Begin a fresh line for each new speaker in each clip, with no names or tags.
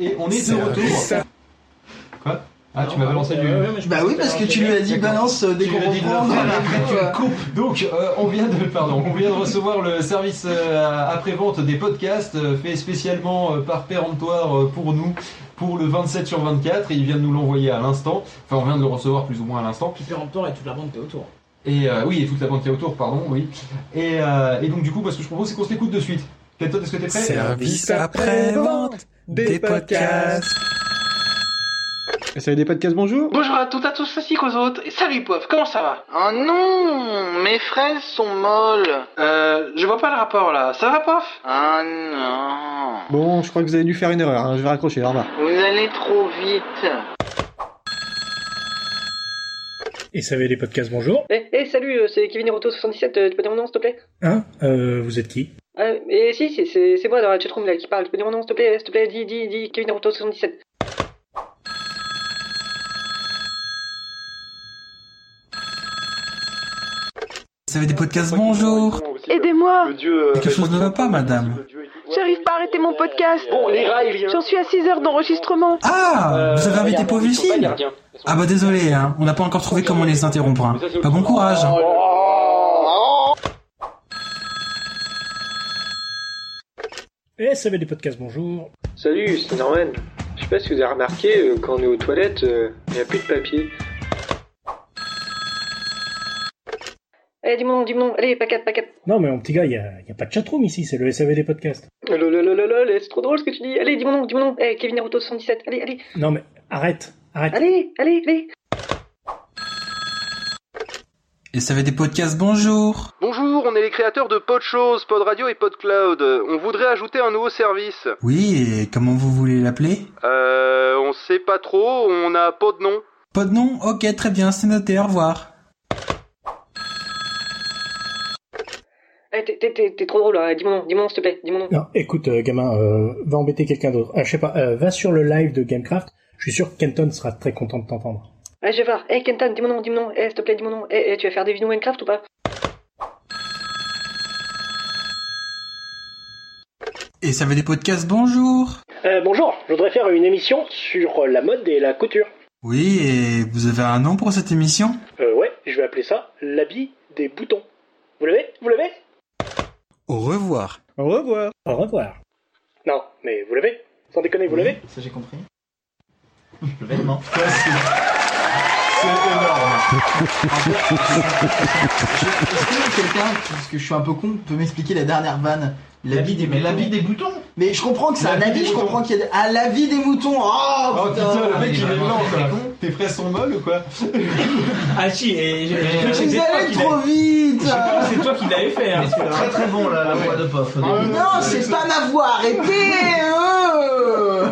Et on est
C'est
de
un
retour.
message.
Quoi Ah, tu m'as
Non, bah,
balancé
ouais,
du.
ouais, mais je
Bah
pense
oui, parce que tu lui as dit
D'accord.
balance euh, dès
Tu
qu'on
lui as dit de le
reprend.
faire,
euh,
après, tu
euh,
le coupes. Donc, euh, on vient de, pardon, on vient de recevoir le service euh, après-vente des podcasts euh, fait spécialement euh, par péremptoire euh, pour nous pour le 27 sur 24 et il vient de nous l'envoyer à l'instant. Enfin, on vient de le recevoir plus ou moins à l'instant.
Tu fais remplir et toute la bande qui est autour.
Et euh, oui, et toute la banque qui est autour, pardon, oui. Et, euh, et donc, du coup, bah, ce que je propose, c'est qu'on se l'écoute de suite. Captain, est-ce que t'es prêt
Service après-vente des podcasts.
Salut des podcasts, bonjour.
Bonjour à toutes, à tous, ainsi qu'aux autres. Et salut, pauvre, comment ça va Oh non Mes fraises sont molles. Euh, je vois pas le rapport là. Ça va, pof Ah non.
Bon, je crois que vous avez dû faire une erreur. hein. Je vais raccrocher. Au revoir.
Vous allez trop vite.
Et ça avait des podcasts, bonjour.
Eh, eh, salut, euh, c'est Kevin Roto 77 euh, tu peux dire mon nom s'il te plaît
Hein euh, Vous êtes qui
euh, Et si, c'est- c'est c'est moi dans la chatroom là qui parle, tu peux dire mon nom s'il te plaît, s'il te plaît, dis, dis, dis, Kevin Roto 77
Ça fait des podcasts, bonjour
Aidez-moi
euh,
Quelque chose ne va pas, madame
J'arrive pas à arrêter mon podcast
Euh,
J'en suis à 6 heures d'enregistrement
Euh,
Ah Vous avez invité pauvre Lucille Ah bah désolé, hein, on n'a pas encore trouvé comment les interrompre. hein. Bah bon courage hein.
Eh, ça avait des podcasts, bonjour.
Salut, c'est Norman. Je sais pas si vous avez remarqué, euh, quand on est aux toilettes, il n'y a plus de papier.
Allez, Eh, dis mon nom, dis mon nom, allez, pas 4, pas 4
Non, mais mon petit gars, il n'y a, y a pas de chatroom ici, c'est le SAV des podcasts.
Lololololol, c'est trop drôle ce que tu dis, allez, dis mon nom, dis mon nom, eh, Kevin Roto 77 allez, allez,
Non, mais arrête, arrête.
allez, allez, allez
Et ça fait des podcasts, bonjour
Bonjour, on est les créateurs de Podchose, Pod Radio et Podcloud. On voudrait ajouter un nouveau service.
Oui, et comment vous voulez l'appeler
Euh, on sait pas trop, on a pas de nom.
Pas de nom Ok, très bien, c'est noté, au revoir.
Eh, t'es- t'es- t'es- T'es trop drôle, hein, dis mon nom, dis mon nom s'il te plaît, dis mon nom
Non, écoute, euh, gamin, euh, va embêter quelqu'un d'autre. Ah, je sais pas, euh, va sur le live de Gamecraft. Je suis sûr que Kenton sera très content de t'entendre.
Allez, je vais voir, eh, Kenton, dis mon nom, dis mon nom, eh, s'il te plaît, dis mon nom, eh, eh, tu vas faire des vidéos Minecraft ou pas
Et ça fait des podcasts, bonjour
Euh, bonjour, je voudrais faire une émission sur euh, la mode et la couture.
Oui, et vous avez un nom pour cette émission
Euh, ouais, je vais appeler ça l'habit des boutons. Vous l'avez Vous l'avez
Au revoir.
Au revoir.
Au revoir. Non, mais vous l'avez Sans déconner, vous l'avez
Ça, j'ai compris.
Le vêtement.
C'est énorme.
je- Est-ce que quelqu'un, parce que je suis un peu con, peut m'expliquer la dernière vanne L'habit des
Mais
moutons.
l'habit des boutons
Mais je comprends que c'est un
L'habit
habit,
des
je
moutons.
comprends qu'il y a. À l'habit des moutons Oh,
Oh
putain.
putain, le
Ah,
mec,
il est
il est
vraiment
lent,
très,
quoi.
très con.
Tes fraises sont molles ou quoi
Ah si, et j'ai- j'ai cru que
Vous
c'était toi
allez
qui l'avais-
trop vite
Je crois que c'est toi qui l'avais fait. hein.
Très très bon là,
Ah
la voix de pof.
Non, c'est pas ma voix, arrêtez euh.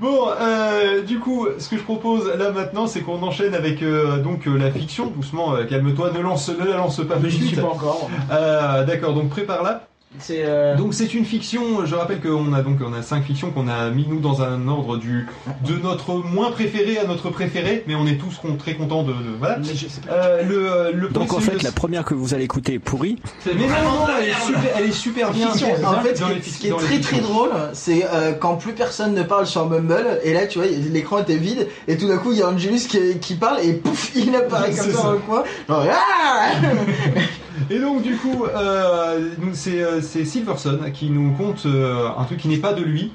Bon, euh, du coup, ce que je propose là maintenant, c'est qu'on enchaîne avec euh, donc euh, la fiction. Doucement, euh, calme-toi, ne lance, ne la lance pas tout de
Mais Ah, bah, je ne suis
suite.
pas encore.
Euh, D'accord, donc prépare-la.
C'est euh,
Donc c'est une fiction. Je rappelle qu'on a donc on a cinq fictions qu'on a mis nous dans un ordre du de notre moins préféré à notre préféré, mais on est tous con- très contents de, de- voilà.
Mais je sais pas.
Euh, le, euh, le premier, c'est le-
première que vous allez écouter est pourrie.
C'est
Mais non,
vraiment
non,
de la
elle est
merde.
super, elle est super bien.
Fiction. En fait, ce
Dans les
qui- ce qui est
dans les
très très
fictions.
drôle, c'est euh, quand plus personne ne parle sur Mumble, et là tu vois, l'écran était vide, et tout d'un coup il y a Angelus qui, qui parle, et pouf, il apparaît comme
C'est
ça
ça.
dans le coin. Genre, ah
Et donc du coup, euh, donc, c'est euh, c'est Silverson qui nous compte euh, un truc qui n'est pas de lui,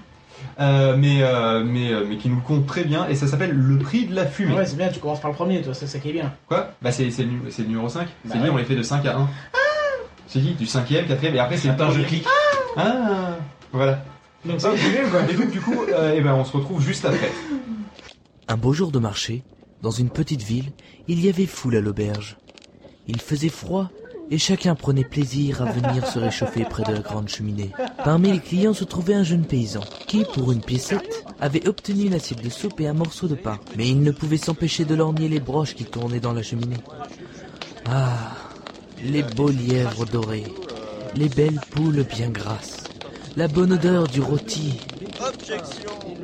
euh, mais euh, mais euh, mais qui nous le compte très bien et ça s'appelle le prix de la fumée.
Ouais, c'est bien, tu commences par le premier, toi, c'est ça qui est bien.
Quoi Bah c'est c'est le, nu- c'est le numéro 5.
Bah
c'est dit
ouais. Ah
on les fait de 5 à 1. C'est dit du 5ème, 4ème et après c'est
Attends, je
premier.
clique.
Ah voilà.
Donc c'est nul, quoi.
Et donc du coup, euh, eh ben on se retrouve juste après.
Un beau jour de marché, dans une petite ville, il y avait foule à l'auberge. Il faisait froid et chacun prenait plaisir à venir se réchauffer près de la grande cheminée. Parmi les clients se trouvait un jeune paysan qui, pour une piécette, avait obtenu une assiette de soupe et un morceau de pain. Mais il ne pouvait s'empêcher de lorgner les broches qui tournaient dans la cheminée. Ah, les beaux lièvres dorés, les belles poules bien grasses, la bonne odeur du rôti.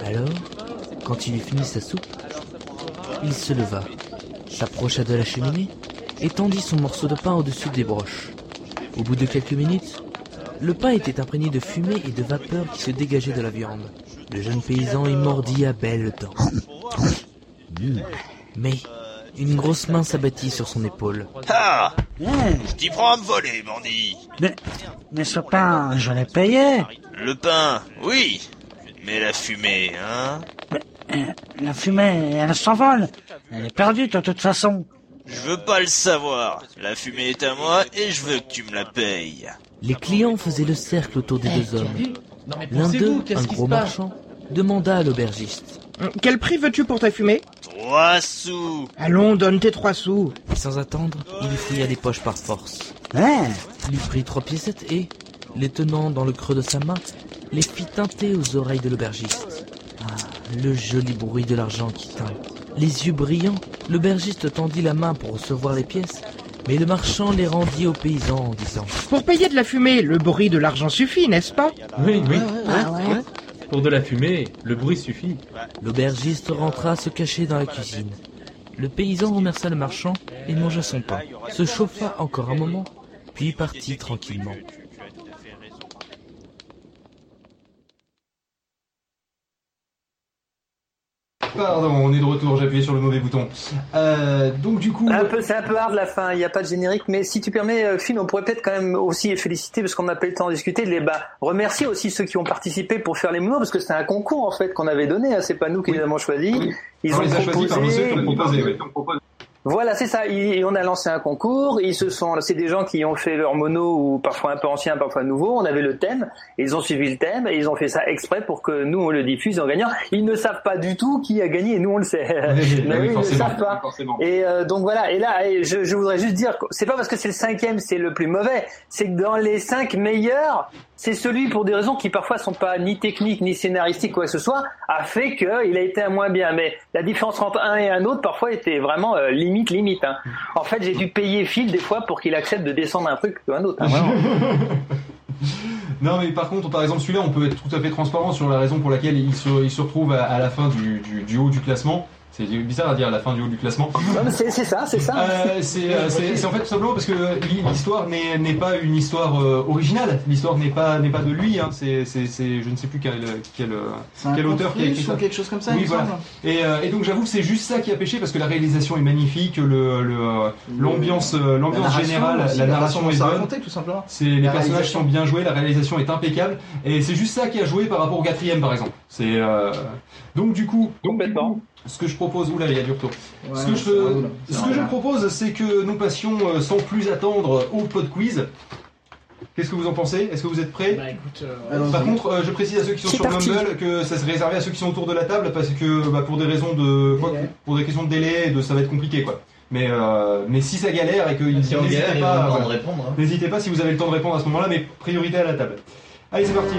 Alors, quand il eut fini sa soupe, il se leva, s'approcha de la cheminée et tendit son morceau de pain au-dessus des broches. Au bout de quelques minutes,
Le pain était imprégné de fumée et de vapeur qui se dégageaient de la viande. Le jeune paysan y mordit à belles dents. Mais une grosse main s'abattit sur son épaule.
Ah Je t'y prends à me voler, bandit
Mais, mais ce pain, je l'ai payé.
Le pain, oui Mais la fumée, hein
Euh, La fumée, elle s'envole. Elle est perdue de toute façon.
Je veux pas le savoir La fumée est à moi et je veux que tu me la payes
Les clients faisaient le cercle autour des
Eh,
deux
tu as vu
hommes.
Non, mais
L'un
pensez-vous,
d'eux,
qu'est-ce
un
qui
gros
se passe
marchand, demanda à l'aubergiste.
Quel prix veux-tu pour ta fumée
Trois sous
Allons, donne tes trois sous.
Et sans attendre, il lui fouilla les poches par force. Il lui prit trois piécettes et, les tenant dans le creux de sa main, les fit tinter aux oreilles de l'aubergiste. Ah, le joli bruit de l'argent qui tinte. Les yeux brillants, l'aubergiste tendit la main pour recevoir les pièces, mais le marchand les rendit au paysan en disant
Pour payer de la fumée, le bruit de l'argent suffit, n'est-ce pas
Oui, oui.
Ah ouais.
Pour de la fumée, le bruit suffit.
L'aubergiste rentra se cacher dans la cuisine. Le paysan remercia le marchand et mangea son pain, se chauffa encore un moment, puis partit tranquillement.
Pardon, on est de retour, j'ai appuyé sur le mauvais bouton. Euh, donc du coup...
Un peu, c'est un peu hard la fin, il n'y a pas de générique, mais si tu permets, euh, Phil, on pourrait peut-être quand même aussi les féliciter parce qu'on n'a pas eu le temps d'en discuter, de les bah, remercier aussi ceux qui ont participé pour faire les mouvements parce que c'était un concours en fait qu'on avait donné, hein, c'est pas nous qui les avons choisis. Ils
on
ont
les a choisis
proposé-
parmi ceux qui l'ont proposé, oui.
Voilà, c'est ça. Il- on a lancé un concours. Ils se sont, c'est des gens qui ont fait leur mono ou parfois un peu ancien, parfois nouveau. On avait le thème. Ils ont suivi le thème et ils ont fait ça exprès pour que nous on le diffuse en gagnant. Ils ne savent pas du tout qui a gagné. et Nous on le sait.
bah oui,
ils ne
forcément,
savent pas. Et euh, donc voilà. Et là, et je, je voudrais juste dire, que c'est pas parce que c'est le cinquième, c'est le plus mauvais. C'est que dans les cinq meilleurs, c'est celui pour des raisons qui parfois sont pas ni techniques ni scénaristiques quoi que ce soit, a fait qu'il a été un moins bien. Mais la différence entre un et un autre parfois était vraiment euh, limite limite. hein. En fait, j'ai dû payer Phil des fois pour qu'il accepte de descendre un truc que un autre.
Ah,
hein, vraiment.
Non mais par contre, par exemple celui-là, on peut être tout à fait transparent sur la raison pour laquelle il se, il se retrouve à, à la fin du, du- du haut du classement. C'est bizarre à dire à la fin du haut du classement.
Non, mais c'est c'est ça, c'est
Ah
ça.
bah,
Euh, c'est euh, c'est- c'est en fait tout simplement parce que euh, li- l'histoire n'est n'est pas une histoire euh, originale. L'histoire n'est pas n'est pas de lui. hein. C'est c'est- c'est- je ne sais plus quel quel, euh,
un
quel auteur qui a écrit
Confluence ou
ça.
quelque chose comme ça, il
Oui,
me
voilà.
semble.
Et, euh, et donc j'avoue que c'est juste ça qui a pêché parce que la réalisation est magnifique, le le, euh, l'ambiance euh,
La
l'ambiance
narration
générale,
aussi,
la
façon
narration
dont
est
ça
bonne.
raconté, tout simplement.
C'est- les
La
personnages
réalisation.
sont bien joués, la réalisation est impeccable, et c'est juste ça qui a joué par rapport au quatrième par exemple. C'est euh, donc du coup complètement. Ce que je propose, oula, il y a du retour.
Ouais,
ce que
c'est
je,
un oula.
ce
C'est
que
un
je
oula.
propose, c'est que nous passions euh, sans plus attendre au pod quiz. Qu'est-ce que vous en pensez Est-ce que vous êtes prêts
Bah,
Bah, Ah,
Par contre, euh, je précise à ceux qui sont
C'est
sur
parti.
Mumble que ça se réservé à ceux qui sont autour de la table parce que bah, pour des raisons de quoi, pour des questions de délai, et de ça va être compliqué quoi. Mais euh, mais si ça galère et que
Bah,
Si on
n'hésitez
galère, ils auront le temps
pas,
euh,
voilà.
de répondre, hein.
N'hésitez pas si vous avez le temps de répondre à ce moment-là, mais priorité à la table. Allez, c'est parti.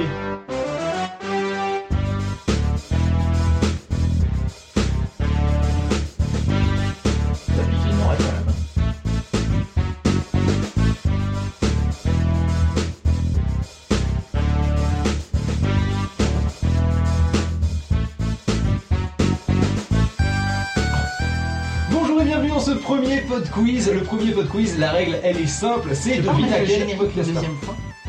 Bonjour et bienvenue dans ce premier pod quiz. Le premier pod quiz, la règle elle est simple, c'est devine à quel podcaster.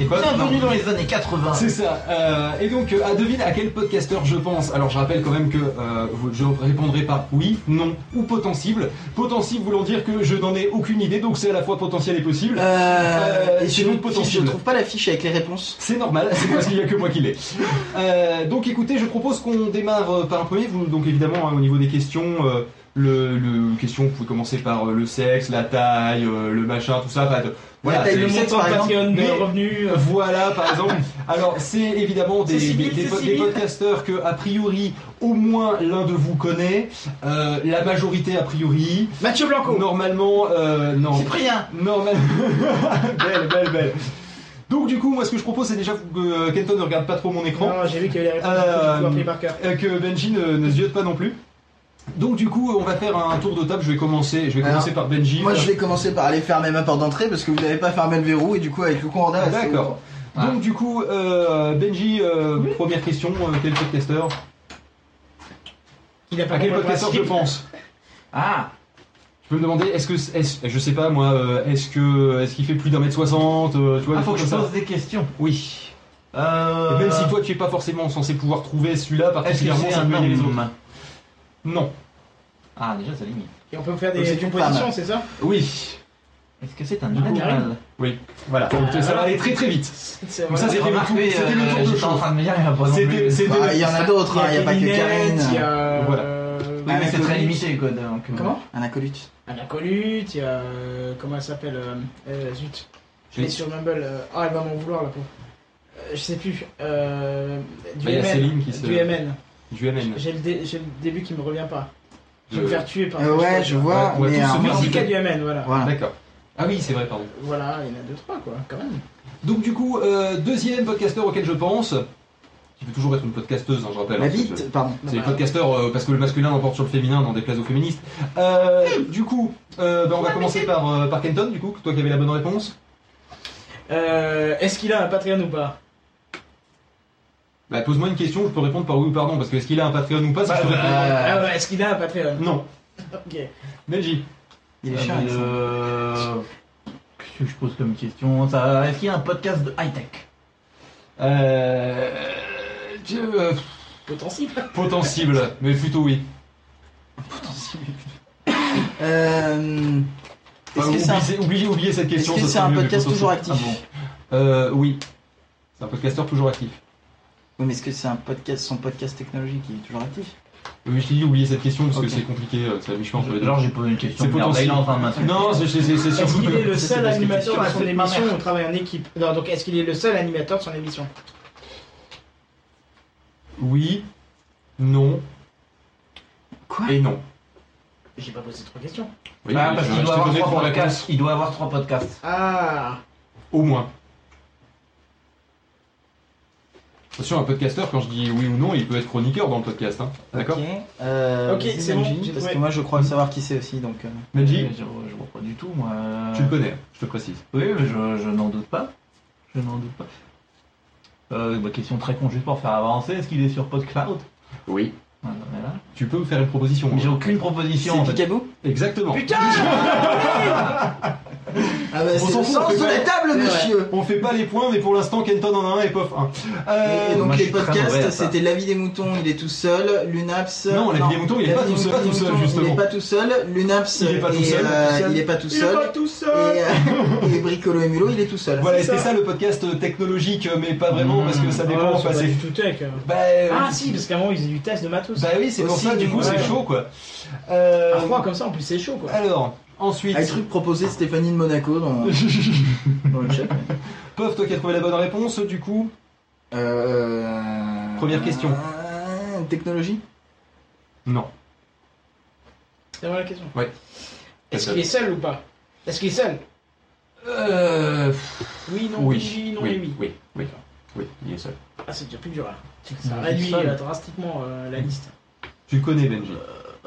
Et quoi
Bienvenue
Non.
dans les années 80.
C'est ça. euh, et donc, euh, à devine à quel podcasteur je pense. Alors, je rappelle quand même que euh, vous- je répondrai par oui, non ou potentiel. Potentiel voulant dire que je n'en ai aucune idée, donc c'est à la fois potentiel et possible.
Euh,
Euh,
et
c'est
je ne
donc potentiel.
je trouve pas la fiche avec les réponses.
C'est normal, c'est parce qu'il n'y a que moi qui l'ai. Euh, donc écoutez, je propose qu'on démarre euh, par un premier. Vous, donc évidemment, hein, au niveau des questions, euh, le, le- question, vous pouvez commencer par euh, le sexe, la taille, euh, le machin, tout ça. Enfin, de-
La taille,
c'est-
le
c'est-
montant de euh, Patreon,
Mais-
de revenus.
Voilà, par exemple. Alors, c'est évidemment des,
C'est civil,
des- des
c'est
po- des
civil.
podcasteurs que, a priori, au moins l'un de vous connaît. Euh, la majorité, a priori.
Mathieu Blanco.
Normalement, euh, non.
Cyprien.
Normalement. belle, belle, belle. Donc du coup, moi ce que je propose c'est déjà que euh, Kenton ne regarde pas trop mon écran.
Non, j'ai vu qu'il y avait les réponses,
Euh,
je peux appeler par cœur.
euh, que Benji ne, ne ziote pas non plus. Donc du coup, on va faire un tour de table. Je vais commencer. Je vais
Alors,
commencer par Benji.
Moi, je vais commencer par aller fermer ma porte d'entrée parce que vous n'avez pas fermé le verrou et du coup, avec le coup, on a
D'accord. Donc du coup, euh, Benji, euh, première question. euh, quel podcasteur
Il a pas
À quel
compris le
podcasteur je
principe.
pense
Ah
Je me demandais, est-ce que, est je sais pas moi, euh, est-ce que, est-ce qu'il fait plus d'un mètre soixante, euh, tu vois,
Ah,
des
faut
trucs
que je
comme ça.
pose des questions.
Oui. Et même si toi tu es pas forcément censé pouvoir trouver celui-là
Euh, Est-ce
particulièrement,
que c'est
ça peut
un
aider les
homme
autres. Non.
Ah, déjà, ça limite.
Et on peut faire
Donc,
des
c'est
des
une
compositions,
femme.
c'est ça
Oui.
Est-ce que c'est un
Du coup,
animal
Oui. Voilà. Donc ça va aller très très vite.
C'est
Donc ça
J'ai
c'était le tour,
remarqué,
c'était le
euh,
tour de
j'étais en
choses.
train de me dire, il y en a pas non
C'était,
plus.
c'était
Bah,
Ah,
le-
il y en a d'autres, hein, il y a pas que Karine.
Il y a.
Voilà.
euh,
Oui, mais c'est très
Anacoluth.
limité, quoi.
hein,
Donc, euh,
Comment
Un acolyte.
Un acolyte, il y a. euh, Comment elle s'appelle euh, euh, Zut. Je l'ai
Oui.
sur Mumble. euh, Ah, elle va m'en vouloir, la pauvre. Euh, Je sais plus. Euh, du
Bah, il y a
MN,
Céline qui se-
Du MN.
Du MN.
J'ai le, dé- j'ai le début qui me revient pas. Ah, Je vais
De-
me faire tuer par
Euh, ouais, je vois, Ouais, ouais, mais tous se
un
meurent en
syndicat
fait.
du MN, voilà.
D'accord. Ah oui, c'est vrai, pardon.
Voilà, il y en a deux, trois, quoi, quand même.
Donc du coup, euh, deuxième podcasteur auquel je pense, qui peut toujours être une podcasteuse, hein, je rappelle.
La
hein,
bite,
parce que-
pardon.
C'est les podcasteurs, euh, parce que le masculin l'emporte sur le féminin, dans des places aux féministes. Euh, du coup, euh, bah, on va commencer par, euh, par Kenton, du coup, toi qui avais la bonne réponse.
Euh, Est-ce qu'il a un Patreon ou pas
Bah, pose-moi une question, je peux répondre par oui ou par non, parce que est-ce qu'il a un Patreon ou pas, si
Euh.
Bah,
je te
bah,
réponds-
ah ouais, Est-ce qu'il a un Patreon
Non.
Ok.
Benji.
Il est
Ah,
chiant,
mais,
Alexandre. Qu'est-ce que je pose comme question Ça- Est-ce qu'il y a un podcast de high-tech
Euh... Dieu, euh,
Potentiel.
Potentible, mais plutôt oui.
Euh,
Enfin,
Est-ce que c'est un-
oubliez, oubliez- oubliez cette question.
est-ce
ça
que c'est
serait
un
mieux, mais
podcast
plutôt
toujours
ça.
actif
Ah bon. Euh, oui. C'est un podcasteur toujours actif.
Oui, mais est-ce que c'est un podcast, son podcast technologique qui est toujours actif
Oui, je t'ai dit, oubliez cette question parce
Ok.
que c'est compliqué, euh, c'est la mi-chemin entre les deux.
Genre, j'ai posé une question.
C'est
merde,
potentiel.
il est en train de m'insulter.
Non, c'est c'est- c'est- c'est
Est-ce
surtout
qu'il est
que-
le
Ça, c'est
seul
parce que
animateur
tu
de
fais
son
de ma
émission
mère.
où on travaille en équipe Non, donc est-ce qu'il est le seul animateur de son émission
Oui, non. Quoi Et non.
J'ai pas posé trois questions.
Oui,
Ah, Bah,
mais
parce
je-
qu'il
je
doit
t'ai
avoir
donné
trois
trois
podcasts.
réponses.
Il doit avoir trois podcasts.
Ah
Au moins. Attention, un podcasteur, quand je dis oui ou non, il peut être chroniqueur dans le podcast. hein. D'accord
Ok, euh,
Ok,
vas-y,
c'est bon,
Benji,
j'ai
Parce
trouvé.
que moi, je crois savoir qui c'est aussi, donc. euh,
Benji
Je, je vois pas du tout, moi. euh,
Tu le connais, je te précise.
Oui, mais je, je n'en doute pas. Je n'en doute pas. Euh, bah, question très con, juste pour faire avancer. Est-ce qu'il est sur PodCloud
Oui.
Ah, non, mais là.
Tu peux me faire une proposition.
J'ai aucune proposition. en fait.
Exactement.
Putain
Ah bah,
On
c'est
s'en
le
fout,
sens
on fait
de
pas-
la table,
c'est vrai.
monsieur
On fait pas les points, mais pour l'instant, Kenton en a un et Pof un. Euh,
Et donc
moi, je
les
suis très mauvais
podcasts,
à ça.
c'était La vie des moutons, il est tout seul, Lunaps.
Non, La vie des moutons, il est
La
pas
vie
tout
des
seul,
moutons,
tout seul,
il est
justement.
pas tout seul, Lunaps,
Il est pas tout
et,
seul,
euh,
tout seul.
il est pas tout
Il est
seul.
pas tout seul.
Et, euh, et Bricolo et Mulot, il est tout seul.
Voilà, et c'était ça le podcast euh, technologique, mais pas vraiment, parce que ça dépend.
c'est
enfin,
pas
Ah, c'est-
du tout tech. euh.
Bah, euh,
ah si, parce qu'avant ils faisaient du test de matos.
bah oui, c'est pour
Aussi,
ça, du
donc,
coup, c'est
ouais.
chaud, quoi. Euh,
À froid comme ça, en plus c'est chaud quoi.
Alors, ensuite.
Un Ah, truc proposé de Stéphanie de Monaco dans, dans le chat.
Pof, toi qui as trouvé la bonne réponse, du coup
Euh,
Première question.
euh, technologie
Non.
C'est vraiment la question.
Ouais.
Est-ce qu'il est seul ou pas Est-ce qu'il est seul
Euh.
Oui, non, oui, non, et oui.
oui, oui, oui, il est seul.
Ah, c'est déjà plus dur là. Ça
Il est
réduit
seul.
euh, drastiquement euh, la liste.
Tu le connais, Benji.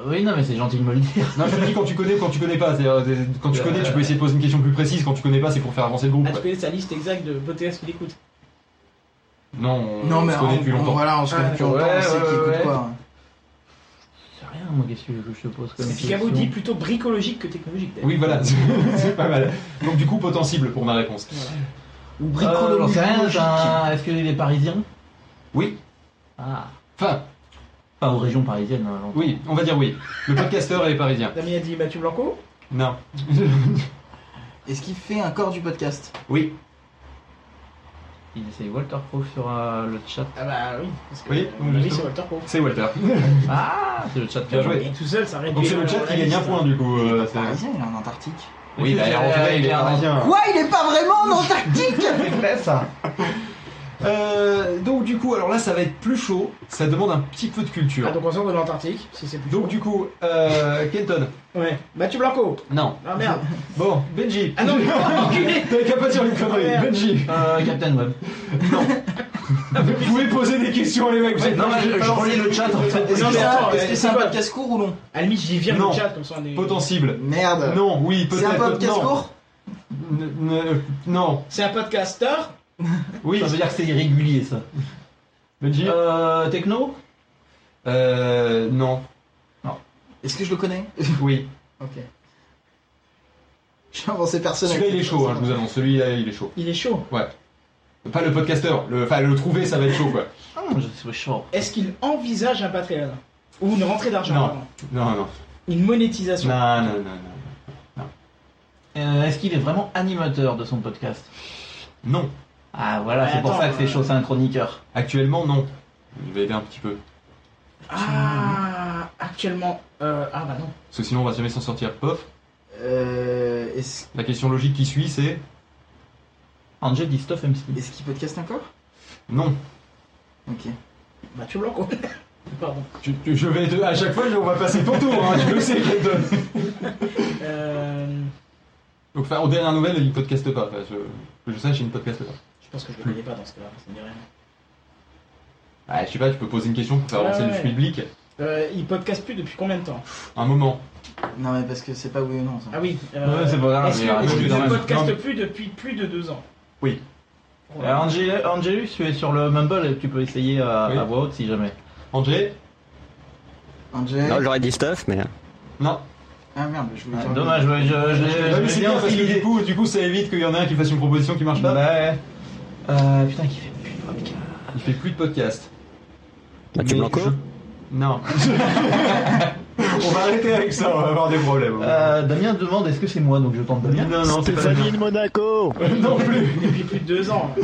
Oui, non, mais c'est gentil de me le dire.
Non, je te dis quand tu connais ou quand tu connais pas. C'est-à-dire, euh, Quand tu connais, tu peux essayer de poser une question plus précise. Quand tu connais pas, c'est pour faire avancer le groupe.
Ah, tu
quoi.
connais sa liste exacte de BTS qu'il écoute
Non, on,
Non, mais
se connaît
on-
depuis
on-
longtemps.
voilà, on se connaît
Ah,
depuis longtemps,
ouais,
on sait
ouais,
qui écoute
ouais.
quoi.
C'est rien, moi, qu'est-ce que je te pose comme
Et puis
question
Gabo dit plutôt bricologique que technologique d'ailleurs.
Oui, voilà, c'est pas mal. Donc, du coup, potentiel pour ma réponse.
Ou
bricolo-
j'en sais rien, c'est un- Euh, Est-ce qu'il est parisien
Oui,
Ah.
enfin,
Pas aux régions parisiennes. hein, j'entends.
oui, on va dire oui. Le podcasteur est parisien.
Damien a dit Mathieu Blanco.
Non.
Est-ce qu'il fait un corps du podcast
Oui,
Il essaye Walter Proof sur euh, le chat.
Ah bah oui, parce que
Oui,
à
donc
mon avis, c'est
justement.
Walter Pro.
c'est Walter.
Ah, c'est le chat.
Bien joué.
Et tout seul, ça réduit.
Donc, c'est le chat qui gagne un point, du coup. euh, c'est-
Parisien, il est en Antarctique.
Oui, bah, en vrai, il est parisien.
Quoi Il est pas vraiment en Antarctique
ça.
Euh, donc du coup, alors là, ça va être plus chaud. Ça demande un petit peu de culture.
Ah, donc on sort de l'Antarctique, si c'est plus.
Donc du coup, euh, Kenton.
Ouais. Mathieu Blanco.
Non.
Ah merde.
Bon, Benji.
Ah non, mais enculé.
T'avais qu'à pas dire une connerie.
Merde.
Benji.
Euh, Captain Web.
Vous pouvez poser des questions, les mecs. vous êtes-
Non, mais je, je relis le chat en fait.
Est-ce
Non,
que
mais
c'est
attends,
un- est-ce
mais
que c'est un
c'est quoi
podcast court ou long
À la limite, j'y viens
Non.
le chat comme ça on est.
Potentiel.
Merde.
Non, oui,
C'est un
peut-être.
podcast
non.
court
N- n- Non.
C'est un podcaster.
Oui.
Ça veut dire que c'est irrégulier ça.
Benji.
Euh, techno
Euh, non.
Est-ce que je le connais
Oui.
Ok. J'ai avancé personne.
Celui-là, il est chaud, hein, je vous annonce. Celui-là, il est chaud.
Il est chaud.
Ouais. Pas le podcasteur. le- Enfin, le trouver, ça va être chaud, quoi.
Hum,
Est-ce qu'il envisage un Patreon Ou une rentrée d'argent
Non.
pardon.
Non, non.
Une monétisation
Non, non, non, non.
Euh, Est-ce qu'il est vraiment animateur de son podcast
Non.
Ah voilà,
Mais
c'est pour
attends,
ça que c'est
euh,
chaud, c'est un chroniqueur.
Actuellement, non. Il va aider un petit peu.
Ah, actuellement. euh, ah bah non.
Parce que sinon, on va jamais s'en sortir. Pof.
Euh, est-ce
La question logique qui suit, c'est.
Angel dit stuff MC.
Est-ce qu'il podcast encore
Non.
Ok.
Bah tu bloques. Pardon.
Tu- tu- je vais te- à chaque fois, je- on va passer ton tour. hein, tu le sais, Clayton.
Euh,
Donc, enfin, aux dernières nouvelles, il podcaste pas. Enfin, je, que je sache, il ne podcaste pas.
je pense que je le connais pas dans ce cas-là. Ça me dit rien.
Ah, je sais pas, tu peux poser une question pour faire
Ouais,
avancer
ouais.
le public.
Euh, il podcast plus depuis combien de temps
Un moment.
Non, mais parce que c'est pas oui ou non. Ça.
Ah oui. euh,
Ouais, c'est pas grave,
Est-ce
mais un peu
que
plus
tu
quand
ne
même.
podcast
Non.
plus depuis plus de deux ans
Oui. Euh, Angelus, tu es sur le Mumble et tu peux essayer à, à voix haute si jamais.
Angé
Angé
Non, j'aurais dit stuff, mais.
Non.
Ah merde, je voulais
Ah,
dire.
dommage, ouais, je- je- je- je-
Ah, mais
je-
c'est
je-
bien
je-
parce que
je-
du coup, du coup, ça évite qu'il y en ait un qui fasse une proposition qui marche pas.
Bah Ouais. Euh, putain, qui fait plus de podcast.
Il fait plus de podcast.
tu
Mais
Blanco
je- Non. on va arrêter avec ça, on va avoir des problèmes.
Euh, Damien demande est-ce que c'est moi, donc je tente Damien.
Non, non, c'est pas Stéphanie Damien. de
Monaco
non plus
Depuis plus de deux ans.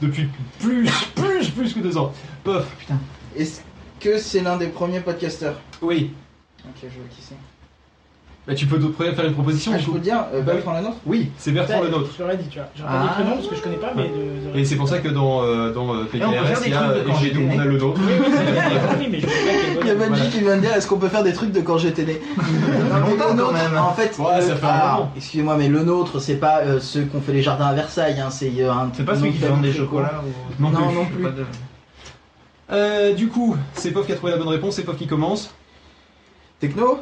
Depuis plus, plus, plus que deux ans. Pof
Putain.
Est-ce que c'est l'un des premiers podcasteurs
Oui.
Ok, je vois qui c'est.
Bah, tu peux te pré- faire une proposition
Ah,
du
je
coup.
peux le dire, euh,
Bah oui.
Bertrand la nôtre
Oui, c'est
Bah,
Bertrand le nôtre.
Je l'aurais dit, tu vois. J'aurais pas dit le prénom parce que je connais pas, mais. de- de-
Et c'est pour ça que dans, euh, dans euh,
Et on peut faire
PKRS,
des
il y a
trucs de
euh,
quand
et chez
j'étais
nous, on
né.
a le nôtre.
Il y a Benji qui vient de dire est-ce qu'on peut faire des trucs de quand j'étais né
Longtemps,
Le
quand
nôtre,
même.
En fait,
Ouais, ça
le-
fait un
alors,
moment.
excusez-moi, mais le nôtre, c'est pas euh, ceux qu'on fait les jardins à Versailles, hein, c'est euh, un.
C'est pas celui qui
nom
vend des
très
chocolats
court.
ou-
Non,
Non plus.
non plus.
Pas de-
Euh, du coup, c'est Pof qui a trouvé la bonne réponse, c'est Pof qui commence.
Techno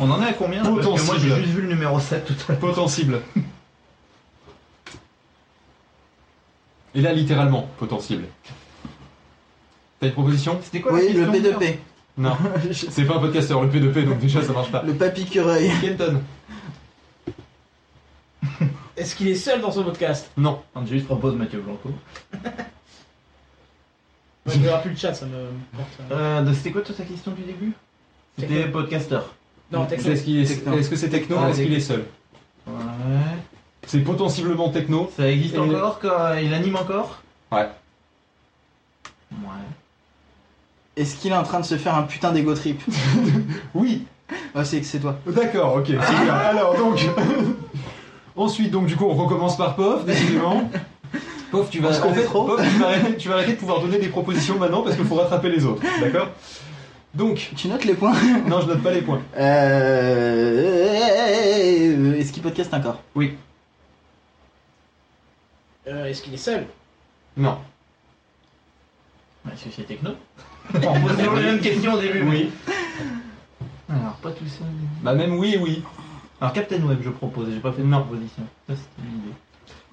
On en est à combien là Parce que moi j'ai juste vu le numéro 7 tout à l'heure.
Potentible. Et là, littéralement, potentiel. T'as une proposition C'était
quoi la Oui, le question P2P.
Non, c'est pas un podcasteur, le P2P, donc déjà ça marche pas.
Le papy Cureuil.
Kenton
Est-ce qu'il est seul dans ce podcast
Non.
Angelus propose Mathieu Blanco.
Ouais, Je verrai plus le chat, ça me porte.
Euh, donc c'était quoi toi ta question du début C'était podcasteur.
Non,
Est-ce qu'il est-
Techno.
est-ce que c'est techno
Ah,
Est-ce qu'il est seul
Ouais.
C'est potentiellement techno.
Ça existe
Et-
encore quand Il anime encore
Ouais.
Ouais.
Est-ce qu'il est en train de se faire un putain d'ego trip
Oui
Ouais, c'est que c'est toi.
D'accord, ok, c'est bien. Alors donc. Ensuite, donc du coup, on recommence par Pof, décidément. Pof, tu vas,
On se connaît
en fait,
trop.
Pof, tu vas arrêter, tu vas arrêter de pouvoir donner des propositions maintenant parce qu'il faut rattraper les autres. D'accord Donc.
Tu notes les points
Non, je note pas les points.
Euh, Est-ce qu'il podcast encore
Oui.
Euh, Est-ce qu'il est seul
Non.
Est-ce que c'est techno On pose toujours les mêmes questions au début.
Oui.
Alors, pas tout ça.
Bah, même oui, oui.
Alors, Captain Web, je propose, j'ai pas fait de
Non.
proposition. Ça, c'était une idée.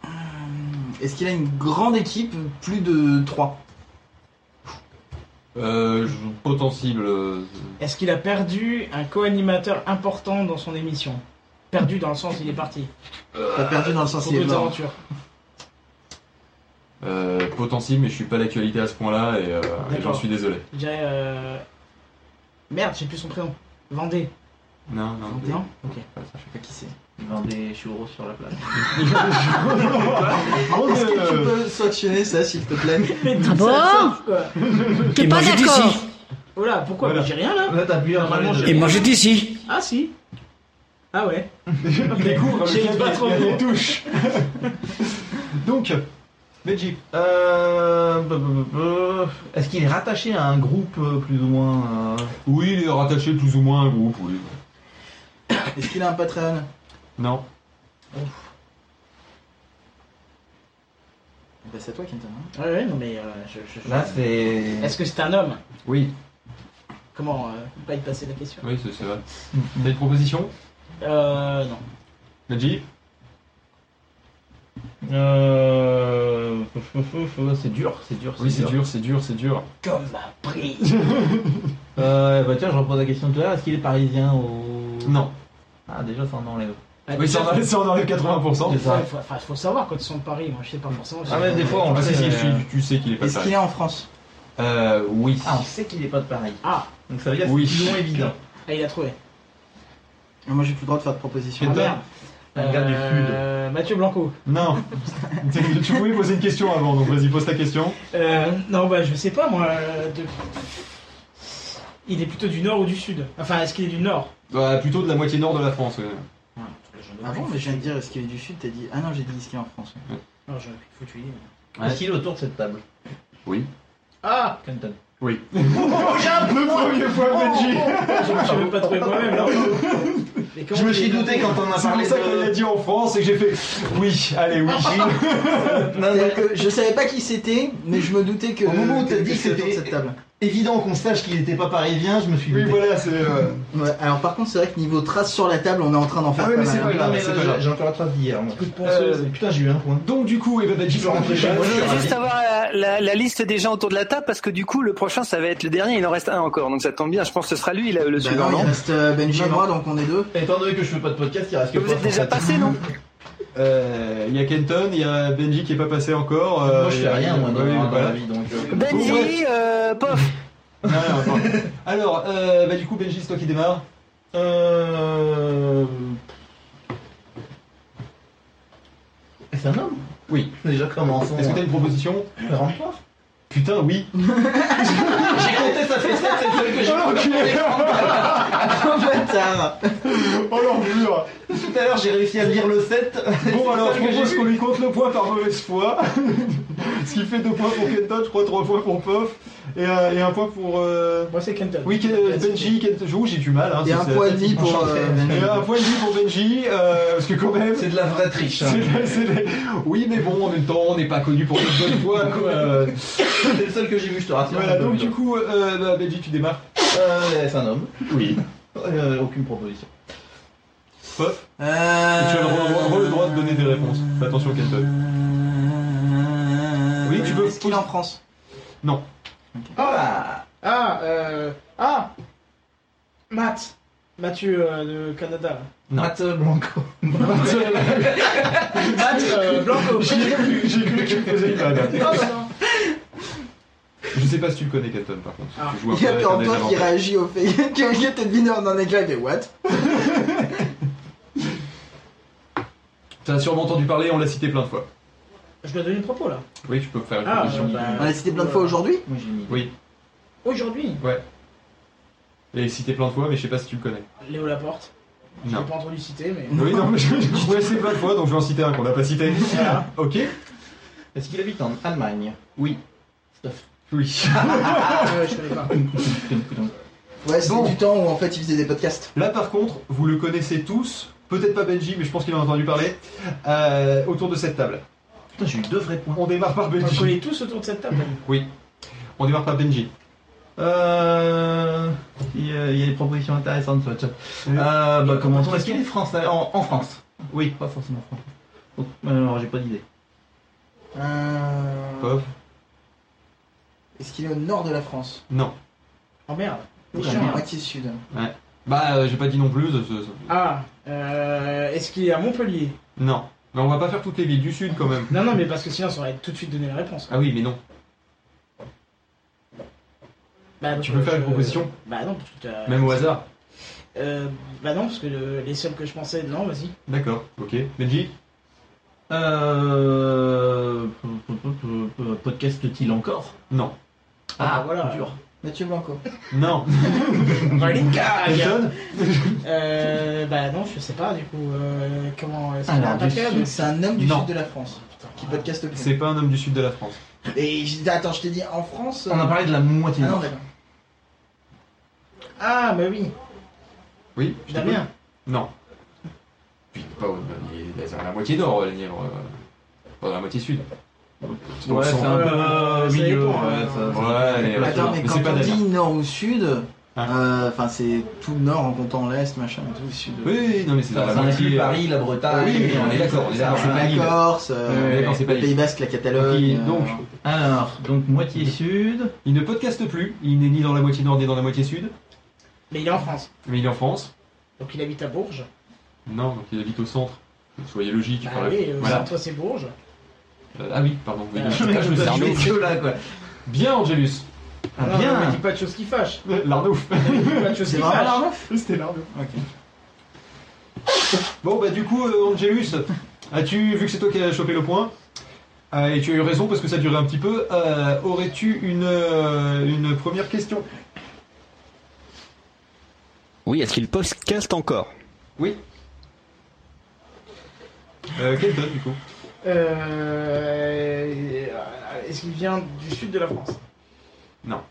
Euh, Est-ce qu'il a une grande équipe Plus de 3.
Euh, je- potentiel. euh,
Est-ce qu'il a perdu un co-animateur important dans son émission Perdu dans le sens, il est parti.
T'as perdu dans le sens,
Pour
il est
d'autres
mort.
aventures.
euh, potentiel, mais je suis pas l'actualité à ce point-là et, euh, et j'en
D'accord.
suis désolé.
Je dirais. Euh... Merde, j'ai plus son prénom. Vendée.
Non, non.
Vendée Ok.
Je sais pas qui c'est.
Il vend des churros sur la plage.
Est-ce que tu peux sanctionner ça, s'il te plaît
Mais d'où
Ah bon
ça sort, quoi
T'es pas d'accord
Oh là, pourquoi Mais J'ai rien là
Là, t'as bu un
Normalement, j'ai-
mal.
Et manger
d'ici
Ah si Ah ouais
Il découvre
J'ai
lequel
pas
il-
trop
il y a
bon.
des touches. Donc, Benji.
Euh. bah, bah, bah, bah, Est-ce qu'il est rattaché à un groupe euh, plus ou moins. euh,
Oui, il est rattaché plus ou moins à un groupe, oui.
Est-ce qu'il a un Patreon Eh
Non.
Bah, c'est toi, Kenton. hein.
Ouais, ouais, non mais. euh, je, je- je-
Là, c'est.
Est-ce que c'est un homme
Oui.
Comment euh, pas y passer la question
Oui, c'est c'est vrai. T'as une proposition
Euh. Non.
Benji
Euh. C'est dur, c'est dur.
Oui, c'est dur, c'est dur, c'est dur.
Comme ma prise
Euh, bah tiens, je repose la question tout à l'heure. Est-ce qu'il est parisien ou.
Non.
Ah, déjà, ça en enlève.
Oui, si on enlève- si on enlève 80%,
Il
c'est ça.
faut, faut- faut savoir quand ils sont de Paris, moi je sais pas
Mm.
forcément.
Ah, mais des fois, on
le
le sait si tu- tu sais qu'il est pas
Est-ce qu'il est en France
Euh, oui.
Ah, on sait qu'il est pas de Paris.
Ah
Donc ça veut dire
Oui.
qu'ils l'ont évident.
Ah, il a trouvé.
Moi j'ai plus le droit de faire de propositions.
Ah, merde.
Un gars du
Euh, Mathieu Blanco.
Non. Tu- tu voulais poser une question avant, donc vas-y, pose ta question.
Euh, non, bah je sais pas moi. euh, de- Il est plutôt du nord ou du sud Enfin, est-ce qu'il est du nord
Bah, plutôt de la moitié nord de la France. ouais.
Ah bon, mais je viens de dire est-ce qu'il est du sud, t'as dit. Ah non, j'ai dit est-ce qu'il est en France.
Non, j'aurais pu foutu l'idée.
Est-ce qu'il est autour de cette table
Oui.
Ah
Kenton.
Oui.
Le
premier
fois,
Oh
Benji.
Ah, Je me suis même pas trouvé moi-même là. Mais comment
Je me
tu
suis
l'as
douté
dit
quand on a
C'est
parlé
pour ça qu'on
de...
a dit en France et que j'ai fait oui, allez, oui.
C'est-à-dire que je savais pas qui c'était, mais je me doutais que.
euh, Au moment où
que-
t'as
que
dit que
c'était autour de
c'était-
cette table.
Évident qu'on sache qu'il n'était pas parisien, je me suis
Oui,
douté.
voilà, c'est. euh,
Ouais, alors par contre, c'est vrai que niveau trace sur la table, on est en train d'en faire.
Ah oui, mais
mal,
c'est
hein.
pas grave,
Non, mais
c'est
là,
pas
j'ai-
grave.
j'ai-
J'ai encore la trace d'hier. moi.
penseuse.
Euh, Putain, j'ai eu un point.
euh, Donc, du coup, Eva Badji,
je vais rentrer chez
Je
moi.
voulais juste avoir la, la- la liste des gens autour de la table parce que du coup le prochain ça va être le dernier, il en reste un encore donc ça tombe bien, je pense que ce sera lui le, le
Ben
Bah
suivant.
non,
non
il reste euh, Benji et
Non,
moi, donc on est deux.
Étant donné que je fais pas de podcast, il reste que
Vous êtes déjà passé non
euh, Il y a Kenton, il y a Benji qui est pas passé encore. euh,
Moi, je
il y
fais
a-
rien, moi, dans
oui,
dans
voilà.
la vie, donc... euh,
Benji, Ben euh, pof
Non, non, pardon. Alors, euh, bah, du coup, Benji, c'est toi qui démarre. Euh...
C'est un homme
Oui.
Déjà, commençons.
Est-ce que t'as une proposition
Rentre-toi.
Putain, oui.
J'ai compté, ça fait 7, c'est le seul que j'ai compté. Bâtard
Oh l'enflure
Tout à l'heure, j'ai réussi à lire le 7.
Bon, alors,
je
je propose qu'on lui compte le point par mauvaise foi. Ce qui fait deux points pour Kenton, je crois trois points pour Pof. Et, euh, et un point pour... euh,
Moi c'est Kenton.
Oui, Ken- euh, Benji, Kenton... J'avoue, j'ai du mal. Hein,
Et
c'est-
un
c'est-
point et demi pour. euh,
Et un point et demi pour Benji, euh, parce que quand même...
C'est de la vraie triche. hein.
C'est vrai, c'est vrai. Oui, mais bon, en même temps, on n'est pas connu pour notre bonne foi, quoi. Euh,
C'est le seul que j'ai vu, je te rassure.
Voilà, donc du coup, euh, bah, Benji, tu démarres.
Euh, c'est un homme.
Oui.
Euh, aucune proposition.
Pof,
euh,
tu as le, re- re- le droit de donner des réponses. Fais attention, Kenton. Oui, tu peux.
Euh, Est-ce qu'il est en France
Non.
Ah
Ah, euh. Ah Matt Mathieu euh, de Canada.
Non.
Matt Blanco.
Matt euh, Blanco.
J'ai cru- j'ai cru que tu me faisais une
Ah,
vanne.
bah non.
Je sais pas si tu le connais, Kenton, par contre. Si tu joues un
Il y
peu
a
avec un des
Antoine qui
aventures.
réagit au fait que le était deviné en un éclat, il fait What
T'as sûrement entendu parler, on l'a cité plein de fois.
Je dois donner une propos là.
Oui, tu peux me faire une
Ah,
proposition.
bah,
On l'a cité plein de fois aujourd'hui
Moi, j'ai mis.
Oui,
Aujourd'hui,
ouais. Et cité plein de fois, mais je sais pas si tu le connais.
Léo Laporte. Je l'ai
Non.
pas entendu citer, mais.
Oui, non, mais je, je l'ai cité plein de fois, donc je vais en citer un qu'on n'a pas cité.
Voilà.
Ok
Est-ce qu'il habite en Allemagne
Oui.
Stuff.
Oui.
Ah, ouais, je connais pas.
Ouais, c'était
Bon.
du temps où en fait il faisait des podcasts.
Là par contre, vous le connaissez tous, peut-être pas Benji, mais je pense qu'il en a entendu parler, euh, autour de cette table.
Putain, j'ai eu deux vrais points.
On démarre par
On le
Benji.
connaît tous autour de cette table.
Oui. On démarre par Benji.
Euh. Il y, a, il y a des propositions intéressantes sur le chat.
Oui.
Euh, bah, comment Est-ce qu'il est français en, en France Oui, pas forcément français. Donc, alors, j'ai pas d'idée.
Euh,
Pof
Est-ce qu'il est au nord de la France
Non.
Oh merde.
Ou
C'est
à
chiant.
moitié sud
Ouais. Bah euh, j'ai pas dit non plus. ce- ce-
Ah, euh, est-ce qu'il est à Montpellier
Non. Mais on va pas faire toutes les villes du sud quand même.
Non, non, mais parce que sinon ça aurait tout de suite donné la réponse.
Ah oui, mais non.
Bah,
Tu
donc,
peux faire une
je-
proposition
Bah non, parce que t'as-
Même au hasard.
Euh, bah non, parce que le- les seuls que je pensais, non, vas-y.
D'accord. Ok. Benji
Euh. Podcast-t-il encore
Non.
Ah, bah voilà. Bah,
dur.
Mathieu Blanco.
Non.
Ah,
Elton
Euh, bah non, je sais pas, du coup, euh, comment... Est-ce qu'il a
Alors,
un
du
papier
sud, c'est un homme du
Non.
sud de la France qui podcaste plus.
C'est pas un homme du sud de la France.
Et je- attends, je t'ai dit en France
On a parlé de la moitié
Ah non,
nord.
d'accord.
Ah, bah oui,
Ah, Oui. je t'écoute.
Damien.
Non. Puis pas au- il est dans la moitié nord, la Nièvre. euh, pas Dans la moitié sud.
ouais, c'est un peu
Euh,
euh,
ça
milieu.
dépend,
ouais,
euh,
ça-
Ouais,
ça-
allez,
ça-
Attends, mais
Mais c'est
quand
pas
on
d'ailleurs.
dit nord ou sud,
Ah.
euh, enfin c'est tout le nord en comptant l'est, machin et tout, sud.
Oui, oui, non, mais c'est dans la
Ça inclut
moitié. euh,
Paris, la Bretagne.
Oui, oui, on est
euh,
d'accord, on est d'accord,
ça,
c'est
voilà.
pas
La
l'île.
Corse,
on est
euh,
Ah, d'accord, c'est pas
le
l'île.
Pays Basque, la Catalogne.
Ok, donc,
euh,
Alors, donc moitié sud.
Il ne podcaste plus, il n'est ni dans la moitié nord ni dans la moitié sud,
Mais il est en France,
mais il est en France.
donc il habite à Bourges.
Non, donc il habite au centre. Soyez logique.
Bah
par la-
oui, euh,
Voilà.
toi c'est Bourges.
Euh, ah oui, pardon. oui,
Ah,
je, je me suis
Arnaud.
mis que là, quoi. Bien, Angelus.
Ah, bien. Ne dis pas de choses qui fâchent.
L'ardouf.
Pas de choses qui fâchent.
C'était l'ardouf.
Bon, bah du coup, euh, Angelus, as-tu, vu que c'est toi qui as chopé le point, euh, et tu as eu raison parce que ça durait un petit peu, euh, aurais-tu une, euh, une première question
Oui, est-ce qu'il podcast encore
Oui. Euh, Kenton, du coup.
Euh, Est-ce qu'il vient du sud de la France
Non.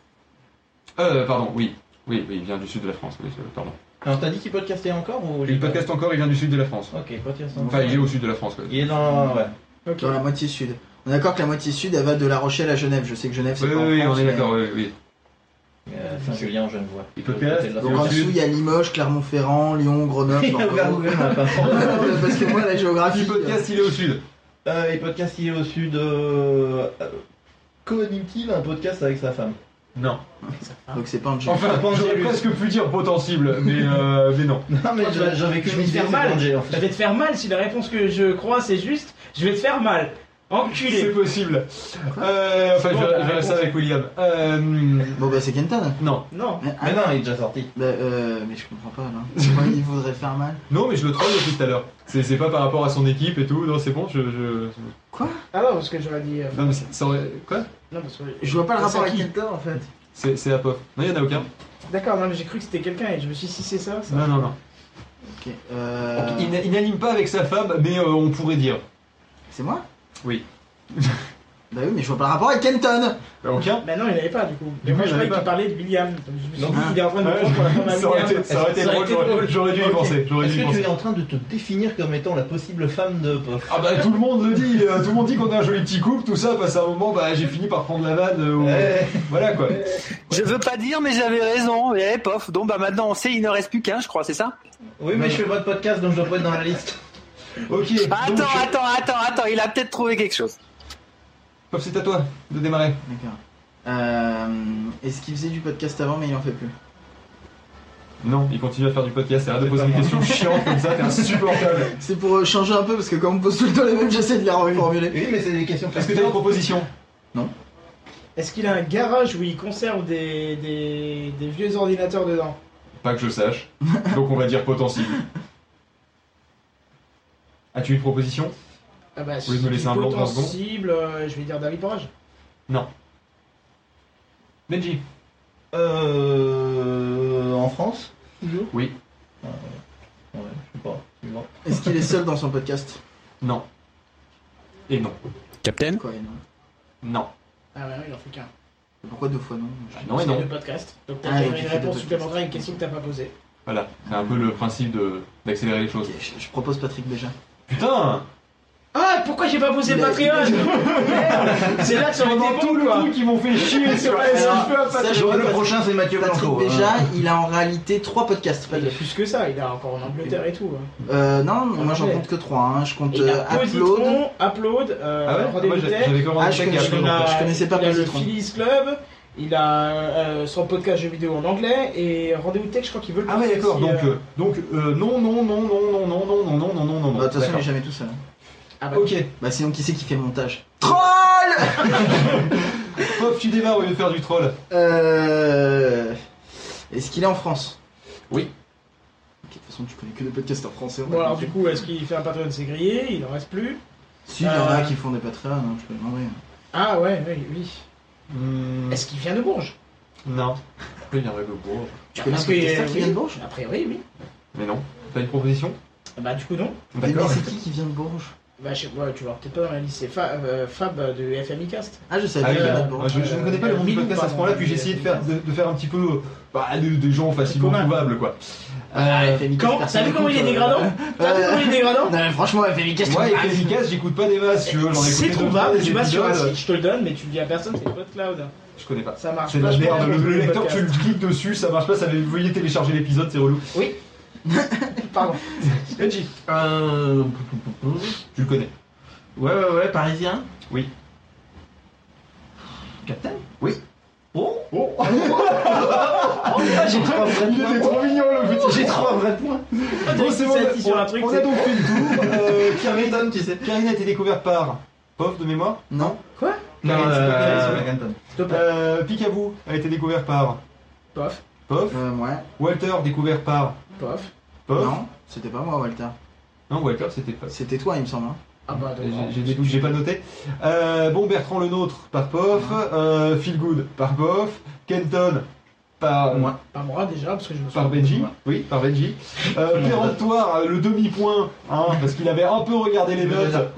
Euh, pardon, oui. Oui, oui, il vient du sud de la France, oui, euh, pardon.
Alors t'as dit qu'il podcastait encore ou
Il podcast encore, il vient du sud de la France.
Ok, podcast encore.
Enfin, il est au sud de la France, quoi.
Il est dans. Ouais.
Dans la moitié sud. On est d'accord que la moitié sud, elle va de La Rochelle à Genève. Je sais que Genève, c'est
Oui,
pas en
oui, oui, on
France,
est
mais-
d'accord, oui, oui.
Euh, Saint-Julien, Genevois.
Il podcast
Donc en dessous, il y a Limoges, Clermont-Ferrand, Lyon, Grenoble.
Il a ouvert,
Bordeaux.
ouvert, on a pas-
Parce que moi, la géographie.
podcast, il est au sud.
Euh, et podcast, il est au sud. Euh... euh, Coanime-t-il un podcast avec sa femme
Non.
euh, Donc c'est pas un jeu.
Enfin,
Pas
j'aurais
Angelus.
presque pu dire potentiel, mais, euh, mais non.
Non, mais
Ah, je,
j'avais
je vais te faire mal. Je vais te faire mal si la réponse que je crois c'est juste. Je vais te faire mal. Enculé.
C'est possible. Euh, enfin, je,
Bon,
vais-
la
je vais
réponse.
rester avec William. Euh,
Bon, bah c'est Kenton.
non.
Non.
Mais Ah non, il est déjà sorti.
Bah, euh, mais je comprends pas là. Moi, il voudrait faire mal.
Non, mais je le troll depuis tout à l'heure. C'est c'est pas par rapport à son équipe et tout. Non, c'est bon, je. je-
Ah non, parce que j'aurais dit. euh,
Non, mais c'est- ça aurait- Quoi
non, parce que-
Je vois pas le
C'est
rapport
qui
avec Kenton en fait.
C'est c'est Apof. Non, il n'y en a aucun.
D'accord, non, mais j'ai cru que c'était quelqu'un et je me suis dit si c'est ça. ça.
Non, non, non.
Ok. Euh,
Donc, il n'a- il n'anime pas avec sa femme, mais euh, on pourrait dire.
C'est moi
Oui.
Bah oui, mais je vois pas le rapport avec Kenton.
Euh, Aucun
Bah non, il n'y avait pas du coup. Mais
Oui,
moi
il
je
y en
croyais
avait
que
pas.
tu parlais de William. Donc je me suis
Non.
dit, il est en train de me
Ouais,
prendre pour la femme à
ça aurait
William.
été- ça aurait été drôle, j'aurais- j'aurais dû y
Ok.
penser, j'aurais
Est-ce
dû y
que
penser.
tu es en train de te définir comme étant la possible femme de Pof
Ah bah tout le monde le dit, euh, tout le monde dit qu'on a un joli petit couple, tout ça, parce qu'à un moment bah j'ai fini par prendre la vanne. euh, au- Voilà quoi.
Je veux pas dire, mais j'avais raison. Et pof, donc bah maintenant on sait, il ne reste plus qu'un, je crois, c'est ça
Oui, mais je fais votre podcast donc je dois pas être dans la liste.
Ok.
Bah,
Attends, attends, attends, attends, il a peut-être trouvé quelque chose.
Pof, c'est à toi de démarrer.
D'accord. Euh, Est-ce qu'il faisait du podcast avant mais il en fait plus
Non, il continue à faire du podcast, arrête de poser des questions chiantes comme ça, t'es insupportable.
C'est pour euh, changer un peu parce que quand on me pose tout le temps les mêmes, j'essaie de les reformuler.
Oui, mais c'est des questions
Est-ce que t'as une proposition
Est-ce qu'il a un garage où il conserve des, des, des vieux ordinateurs dedans
Pas que je sache. Donc on va dire potentiel. As-tu une proposition
Ah bah,
Vous voulez me laisser un blanc de 30 secondes
cible, euh, je vais dire David Borage.
Non. Benji
Euh. En France Toujours
Oui.
Euh, ouais, je sais pas. Suivant.
Est-ce qu'il est seul dans son podcast
Non. Et non.
Captain
Quoi, et non
Non.
Ah ouais, il en fait qu'un.
Pourquoi deux fois non
Non et non.
Le podcast. Donc t'as
Ah,
déjà
donc il
une
fait
réponse
deux
supplémentaire à une question que t'as pas posée.
Voilà, c'est un peu le principe de d'accélérer les choses.
Je, je propose Patrick déjà.
Putain
Ah, pourquoi j'ai pas posé Patreon Merde C'est là que ça aurait été bon, quoi.
qui m'ont fait chier sur est-ce
Alors,
qu'il peut un
sachez
Patreon
que
Le
Patrick-
prochain, c'est Mathieu
Patrick
Blanco.
Béja,
hein.
il a en réalité trois podcasts. pas
Il a
deux.
plus que ça, il a encore en Angleterre et tout. hein.
Euh, non, moi j'en
Ouais.
compte que trois. hein. Je compte
Il
euh,
a
Upload.
Positron, Upload, euh,
Ah ouais Moi,
Rendez-vous
j'a-
Tech.
j'avais commandé
Ah, je
Tech il y a
connais-
peu longtemps.
je connaissais pas
il a le
Positron.
Phillies Club, il a euh, son podcast jeux vidéo en anglais et Rendez-vous Tech, je crois qu'il veut le
Ah ouais
passer
d'accord
aussi,
donc
euh,
euh, donc euh, non non non non non non non non non non non non non
Bah, De toute façon, il
D'accord.
est jamais tout seul. hein.
Ah bah,
Ok
Bah, sinon, qui c'est qui fait le montage Troll
Pof tu démarres au lieu de faire du troll
Euh, Est-ce qu'il est en France
Oui.
Ok, De toute façon, tu connais que des podcasts en
euh,
français. on va
Bon alors
compter.
du coup, est-ce qu'il fait un Patreon C'est grillé, il en reste plus.
Si, il y en a
Euh,
qui font des Patreons, hein, je peux demander.
Ah ouais, oui, oui.
Hmm,
Est-ce qu'il vient de Bourges
Non Pourquoi il viendrait de Bourges
Tu
Bah,
connais un
parce
podcasteur
que-
qui
oui,
vient de Bourges
A priori, oui.
Mais non T'as une proposition
Ah Bah du coup, non.
Mais mais
D'accord
c'est qui qui vient de Bourges
Bah je sais pas, tu vas peut-être pas dans la liste, c'est Fa- euh, Fab de FMI Cast.
Ah, je savais
Ah oui,
qu'il
bah
venait
non.
de Bourges.
je, je ne connais pas le monde du
Milou,
podcast à ce
pardon,
moment-là, puis j'ai essayé de faire, de, de faire un petit peu euh, bah, de- des gens facilement
Commun.
trouvables, quoi.
Ah,
Euh,
FMI,
Comment
personne
T'as vu comment il est
n'écoute, euh,
dégradant T'as vu
euh,
comment il est dégradant
Non, mais franchement, FMI, qu'est-ce
moi,
que
et efficace, j'écoute pas des masses, tu vois, j'en écoute
C'est
deux,
trouvable,
trois,
tu vas sur un
épisodes,
site, je te le donne, mais tu le dis à personne, c'est le cloud.
Je connais pas.
Ça marche
C'est de la
vachement
merde,
bien
le,
pour
le
le
lecteur, tu
podcast.
le cliques dessus, ça marche pas, ça va veuillez télécharger l'épisode, c'est relou.
Oui. Pardon.
Edgy,
Euh.
tu le connais.
Ouais, ouais, ouais, parisien
Oui.
Captain
Oui.
Oh
Oh
Ah, j'ai trop
Ah,
Il était trop mignon, le petit J'ai trois vrais points. Bon, c'est bon, on, on a donc fait le tour. Euh, Karine, Karine a été découverte par Pov de mémoire
Non.
Quoi
Non,
Karine, s'il te plaît,
euh,
s'il te plaît.
S'il te plaît.
euh, Picaboo a été découvert par
Pof.
Pof.
Euh, ouais.
Walter découvert par
Pof.
Pof.
Non, c'était pas moi, Walter.
Non, Walter, c'était pas.
C'était toi, il me semble. hein.
Ah bah,
J'ai- J'ai des doutes, j'ai pas noté. Euh, bon, Bertrand le nôtre par Pof. Euh, Feelgood par Pof. Kenton par
Moi.
Pas moi déjà, parce que je me
Par Benji, oui, par Benji. Euh, péremptoire, euh, le demi-point, hein, parce qu'il avait un peu regardé les notes.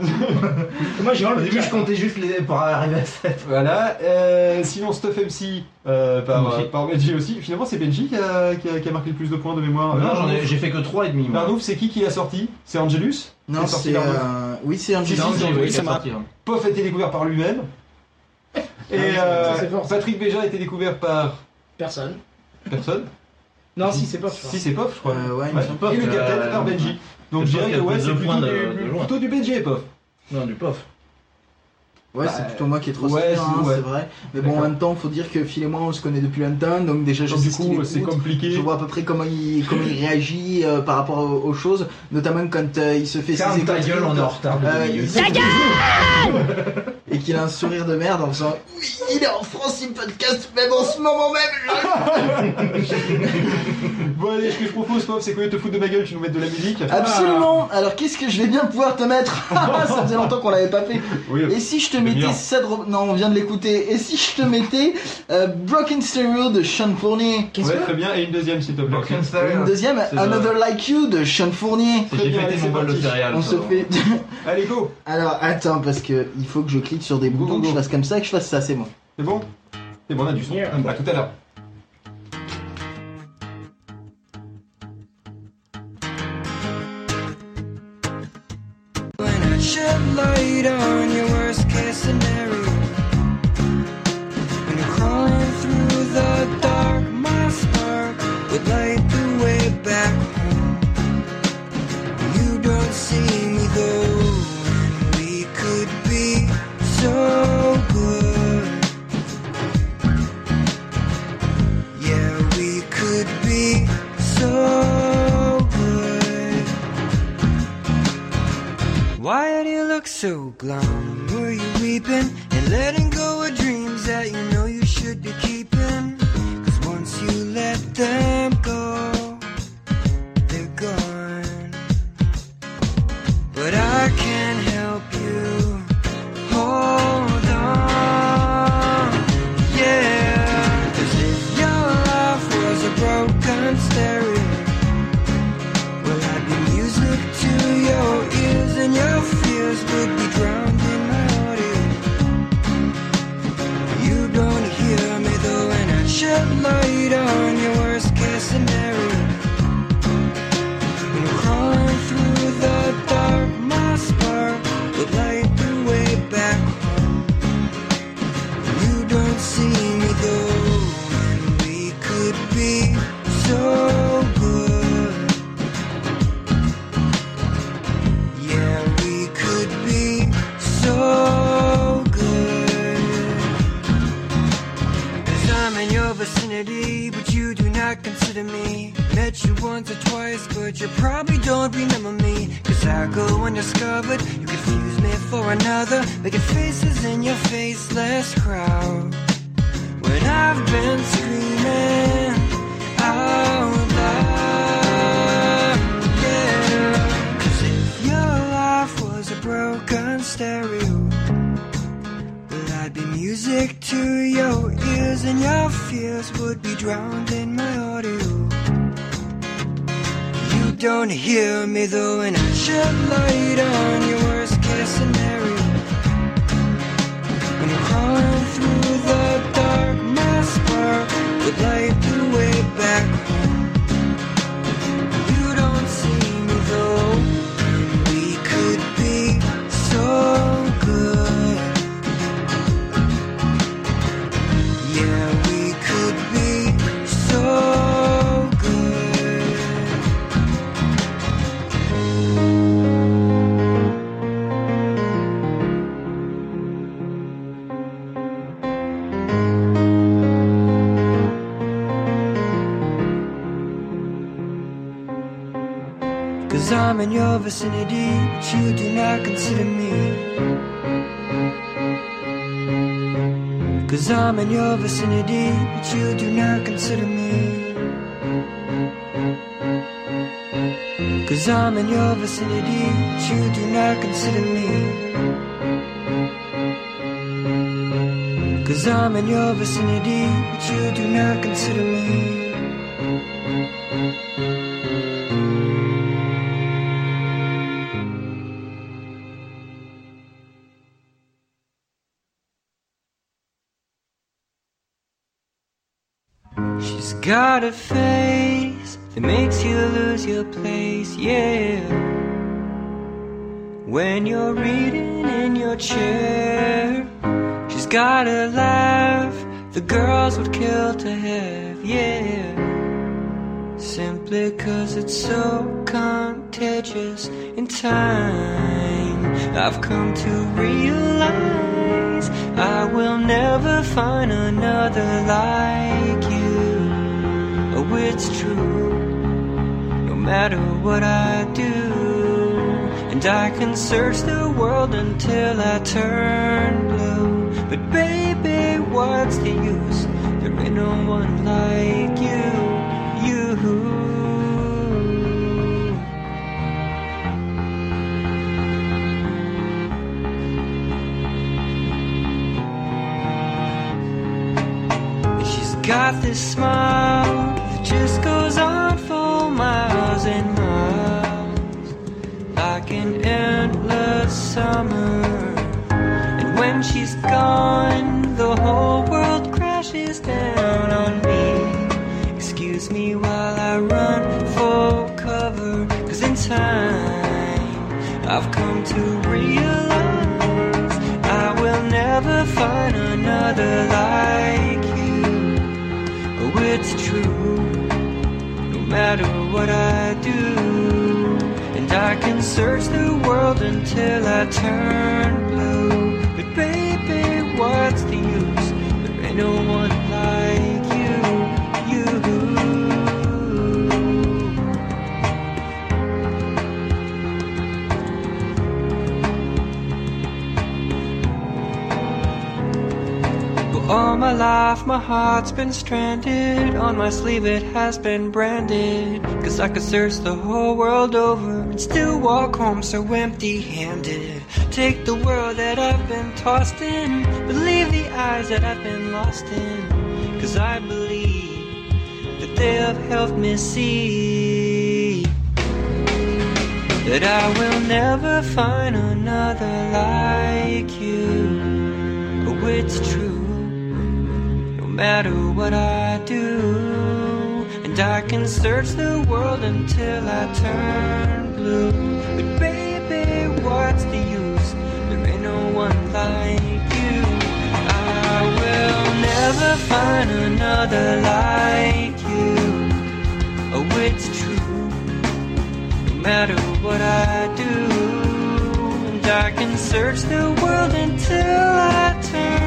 Moi, j'ai
Au début, je comptais juste les pour arriver à 7.
Voilà. euh, sinon, Stuff MC euh, par,
Benji.
euh, par Benji aussi. Finalement, c'est Benji qui a, qui a- qui a marqué le plus de points de mémoire.
Non,
Euh,
j'en ai- j'ai fait que 3,5. moi.
Barnouf, c'est qui qui l'a sorti C'est Angelus
Non, c'est. euh, Oui, c'est un
Si, si,
Non,
si,
c'est-
oui,
oui,
ça
il a
m'a-
sorti, hein.
Poff a été découvert par lui-même. Et euh, Patrick Béja a été découvert par
Personne.
personne.
Non, si, c'est Pof. je crois.
Si, c'est Poff, je crois.
Euh, ouais, il me
Ouais.
semble
Poff,
Et le capitaine
euh,
par Benji. Donc
Poff
je dirais
qui
que
a
ouais,
plus
c'est
de
plutôt,
points de-
du-
de loin.
plutôt du Benji et Poff.
Non, du pof.
Ouais,
Bah,
c'est plutôt moi qui ai trop
ouais,
sorti,
c'est-
hein,
ouais.
c'est vrai. Mais bon, en
D'accord.
même temps, faut dire que Phil et moi, on se connaît depuis longtemps, donc déjà, je
Donc,
sais
du
ce qu'il
coup, c'est
écoute.
compliqué.
Je vois à peu près comment il, comment il réagit euh, par rapport aux, aux choses, notamment quand euh, il se fait
Ferme
ses
ta
écoteries,
gueule, on est en
euh,
retard de deux
il-
minutes.
Et qu'il a un sourire de merde en faisant Oui, il est en France, il podcast, même en ce moment même
Bon, allez, ce que je propose, Poff, c'est qu'on te foutre de ma gueule, tu nous mettes de la musique.
Ah, Absolument Alors, qu'est-ce que je vais bien pouvoir te mettre Ça faisait longtemps qu'on l'avait pas fait.
Oui.
Et si je te
Demi-heure.
mettais Sad Rob- Non, on vient de l'écouter. Et si je te mettais euh, Broken Stereo de Sean Fournier
Qu'est-ce
ouais,
que-
très bien. Et une deuxième, s'il te plaît.
Broken
Et Une deuxième,
C'est
Another Like You de Sean Fournier.
J'ai
bien,
fêté
allez,
mon
c'est
bol de
parti.
céréales.
On se
pardon.
fait.
Allez, go
Alors attends, parce que il faut que je clique sur des boutons, que je fasse comme ça, que je fasse ça, c'est bon.
C'est bon C'est bon, on a du son.
Yeah.
À tout à l'heure.
When I shed light on your worst case scenario. And crawling through the dark, my spark would light the way back home. You don't see me though, and we could be so good. Yeah, we could be so good. Why do you look so glum? Were you weeping and letting go of dreams that you know you should be keeping? Cause once you let them go, they're gone. But I can help you hold on. Yeah, cause if your life was a broken stereo. Well, I'd be music to your ears, and your fears would be drowned in my audio. You don't hear me though, and I shed light on your worst case scenario. And crawling through the dark, my spark would light the way back home. You don't see me though, and we could be so good. Yeah, we could be so good. Cause I'm in your vicinity, but you do not consider me. Met you once or twice, but you probably don't remember me. Cause I go undiscovered, you confuse me for another. Making faces in your faceless crowd. When I've been screaming out loud, yeah. Cause if your life was a broken stereo, well, I'd be music to your ears, and your fears would be drowned in my audio. You don't hear me though, and I shed light on your worst case scenario. When you're crawling through the dark, my spark would light the way back home. You don't see me though, we could be so good. Yeah, we could be so good. Cause I'm in your vicinity, but you do not consider me. Cause I'm in your vicinity, but you do not consider me. Cause I'm in your vicinity, but you do not consider me. Cause I'm in your vicinity, but you do not consider me. She's got a face that makes you lose your place, yeah. When you're reading in your chair, she's got a laugh the girls would kill to have, yeah. Simply cause it's so contagious in time. I've come to realize I will never find another like you. Oh, it's true, no matter what I do. And I can search the world until I turn blue. But baby, what's the use? There ain't no one like you, you. She's got this smile that just goes on for miles and miles, like an endless summer. And when she's gone, the whole world crashes down on me. Excuse me while I run for cover, cause in time I've come to realize I will never find another like you. Oh, it's true, no matter what I do. And I can search the world until I turn blue. But baby, what's the use? There ain't no one like you, you. But all my life, my heart's been stranded. On my sleeve, it has been branded. Cause I could search the whole world over and still walk home so empty handed. Take the world that I've been tossed in, but leave the eyes that I've been lost in. Cause I believe that they have helped me see that I will never find another like you. Oh, it's true, no matter what I do. And I can search the world until I turn blue. But baby, what's the use? There ain't no one like you. I will never find another like you. Oh, it's true, no matter what I do. And I can search the world until I turn.